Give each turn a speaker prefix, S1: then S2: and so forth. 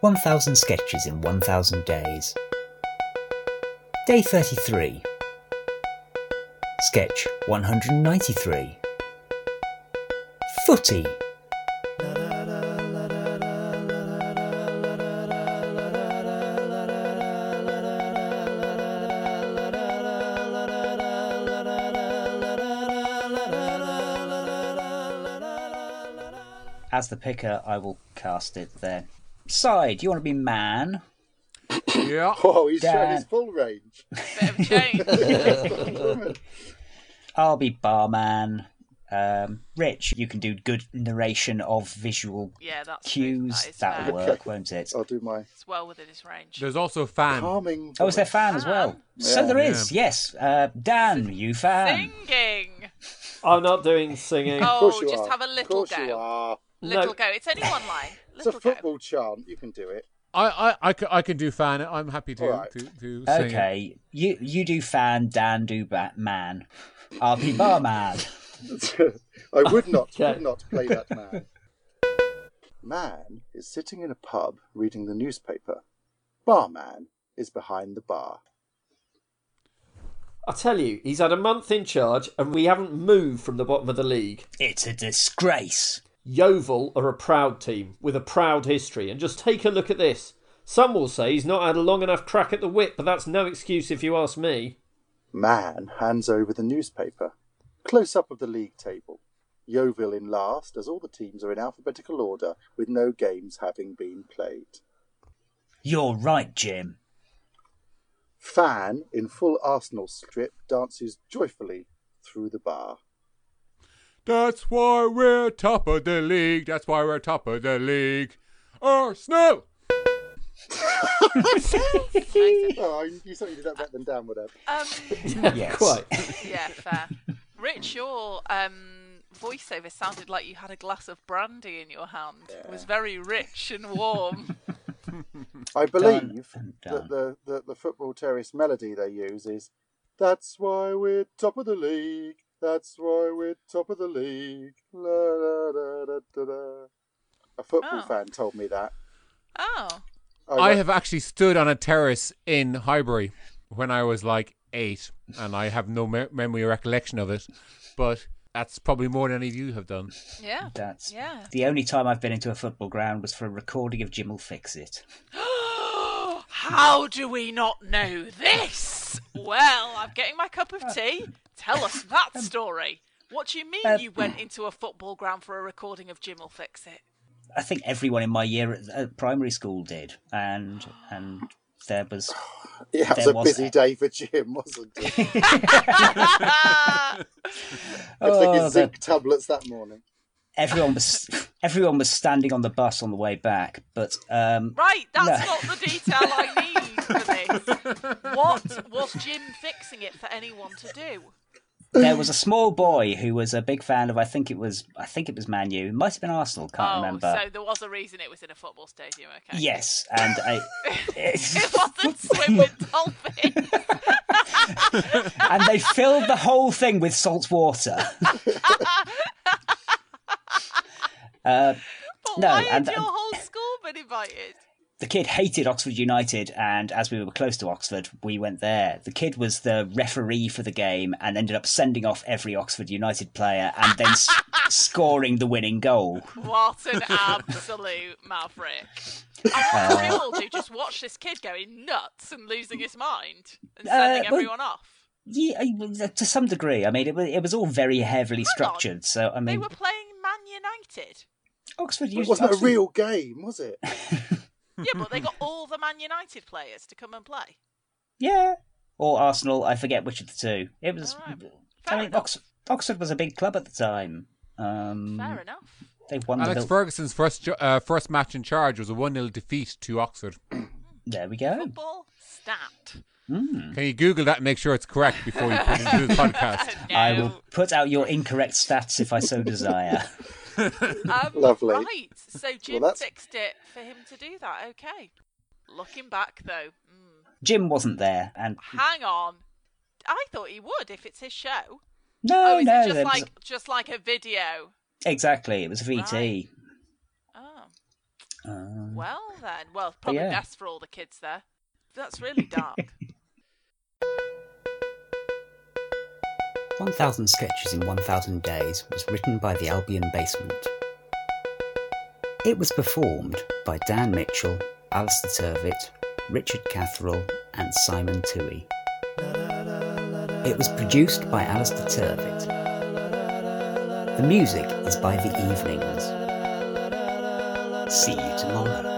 S1: 1000 Sketches in 1000 Days. Day 33. Sketch 193. Footy. As the picker, I will cast it then. Side, you want to be man?
S2: Yeah.
S3: Oh, he's showing
S1: Dan.
S3: his full range.
S4: Bit of change.
S1: I'll be barman. Um, Rich, you can do good narration of visual
S4: Yeah, that's good.
S1: cues.
S4: That is
S1: That'll
S4: fair.
S1: work, won't it?
S3: I'll do my
S4: It's well within his range.
S2: There's also fan.
S3: calming.
S1: Oh, is there
S3: voice.
S1: fan as well? So
S3: Yeah.
S1: there is, yes. Uh, Dan, you fan.
S4: Singing.
S5: I'm not doing singing.
S4: Oh,
S3: Of course you
S4: just
S3: are.
S4: have a
S3: Of
S4: little
S3: course you
S4: go.
S3: are.
S4: Little
S5: No.
S4: go. It's only one line.
S3: It's a
S4: Little go.
S3: football chant. You can do it.
S2: I, I, I, ca- I can do fan. I'm happy to,
S3: All right.
S2: to, to sing. it.
S1: Okay, you you do fan, Dan do Batman. I'll be barman.
S3: I would not,
S5: Okay.
S3: would not play that man. Man is sitting in a pub reading the newspaper. Barman is behind the bar.
S5: I tell you, he's had a month in charge and we haven't moved from the bottom of the league.
S1: it's a disgrace.
S5: Yeovil are a proud team with a proud history, and just take a look at this. Some will say he's not had a long enough crack at the whip, but that's no excuse if you ask me.
S3: Man hands over the newspaper. Close up of the league table. Yeovil in last, as all the teams are in alphabetical order, with no games having been played.
S1: You're right, Jim.
S3: Fan in full Arsenal strip dances joyfully through the bar.
S2: That's why we're top of the league. That's why we're top of the league. Arsenal!
S3: Oh, I- you thought you did that better than Dan would have.
S4: Um,
S1: Yes.
S5: Quite.
S4: yeah, fair. Rich, your um, voiceover sounded like you had a glass of brandy in your hand. It was very rich and warm.
S3: I believe
S1: and done.
S3: that the, the, the football terrace melody they use is That's why we're top of the league. That's why we're top of the league. La, la, da, da, da, da. A football
S4: Oh.
S3: fan told me that.
S4: oh,
S2: I
S3: went-
S2: have actually stood on a terrace in Highbury when I was like eight, and I have no me- memory or recollection of it, but that's probably more than any of you have done.
S4: yeah.
S1: That's
S4: Yeah.
S1: the only time I've been into a football ground was for a recording of Jim'll Fix It.
S4: How do we not know this? Well, I'm getting my cup of tea. Tell us that story. What do you mean
S1: um,
S4: you went into a football ground for a recording of Jim will fix it?
S1: I think everyone in my year at, at primary school did, and and there was
S3: It was
S1: there
S3: a
S1: was
S3: busy
S1: a-
S3: day for Jim, wasn't it? I took
S1: Oh,
S3: his zinc
S1: that-
S3: tablets that morning.
S1: everyone was everyone was standing on the bus on the way back, but um,
S4: Right, that's
S1: No.
S4: not the detail I need for this. What was Jim fixing it for anyone to do?
S1: there was a small boy who was a big fan of I think it was I think it was Man U, it might have been Arsenal, can't
S4: oh,
S1: remember.
S4: so there was a reason it was in a football stadium, okay.
S1: Yes, and I,
S4: It wasn't swimming dolphins.
S1: and they filled the whole thing with salt water. uh,
S4: But
S1: No,
S4: why
S1: and-
S4: had your
S1: and-
S4: whole school been invited?
S1: the kid hated Oxford United, and as we were close to Oxford, we went there. The kid was the referee for the game and ended up sending off every Oxford United player and then s- scoring the winning goal.
S4: What an absolute maverick.
S1: Uh.
S4: And what Jim will do, just watch this kid going nuts and losing his mind and sending
S1: Uh, well-
S4: everyone off.
S1: Yeah, I- to some degree. I mean, it was, it was all very heavily
S4: Hang on.
S1: structured. So, I
S4: They
S1: mean,
S4: were playing Man United.
S1: Oxford
S3: It
S1: United.
S3: wasn't a
S1: Oxford-
S3: real game, was it?
S4: Yeah, but they got all the Man United players to come and play.
S1: Yeah. Or Arsenal, I forget which of the two. It was.
S4: Alright.
S1: I
S4: Fair
S1: mean,
S4: enough.
S1: Oxford, Oxford was a big club at the time. Um,
S4: Fair enough.
S1: They won the.
S2: Alex
S1: Bill-
S2: Ferguson's first jo- uh, first match in charge was a 1 0 defeat to Oxford.
S1: there we go.
S4: Football stat.
S1: Mm.
S2: Can you Google that and make sure it's correct before you put it into the podcast?
S4: Oh, No.
S1: I will put out your incorrect stats if I so desire.
S4: Um,
S3: Lovely.
S4: Right. So Jim
S3: that's-
S4: fixed it for him to do that. Okay. Looking back though, mm,
S1: Jim wasn't there, and
S4: hang on. I thought he would if it's his show.
S1: no,
S4: oh, is
S1: no,
S4: it just
S1: there was-
S4: like just like a video?
S1: exactly. It was a VT.
S4: Oh.
S1: Ah.
S6: Uh,
S4: Well then, well probably
S6: yeah.
S4: best for all the kids there. That's really dark.
S1: 1000 Sketches in 1000 Days was written by the Albion Basement. It was performed by Dan Mitchell, Alistair Turvitt, Richard Catherall, and Simon Toohey. It was produced by Alistair Turvitt. The music is by The Evenings. See you tomorrow.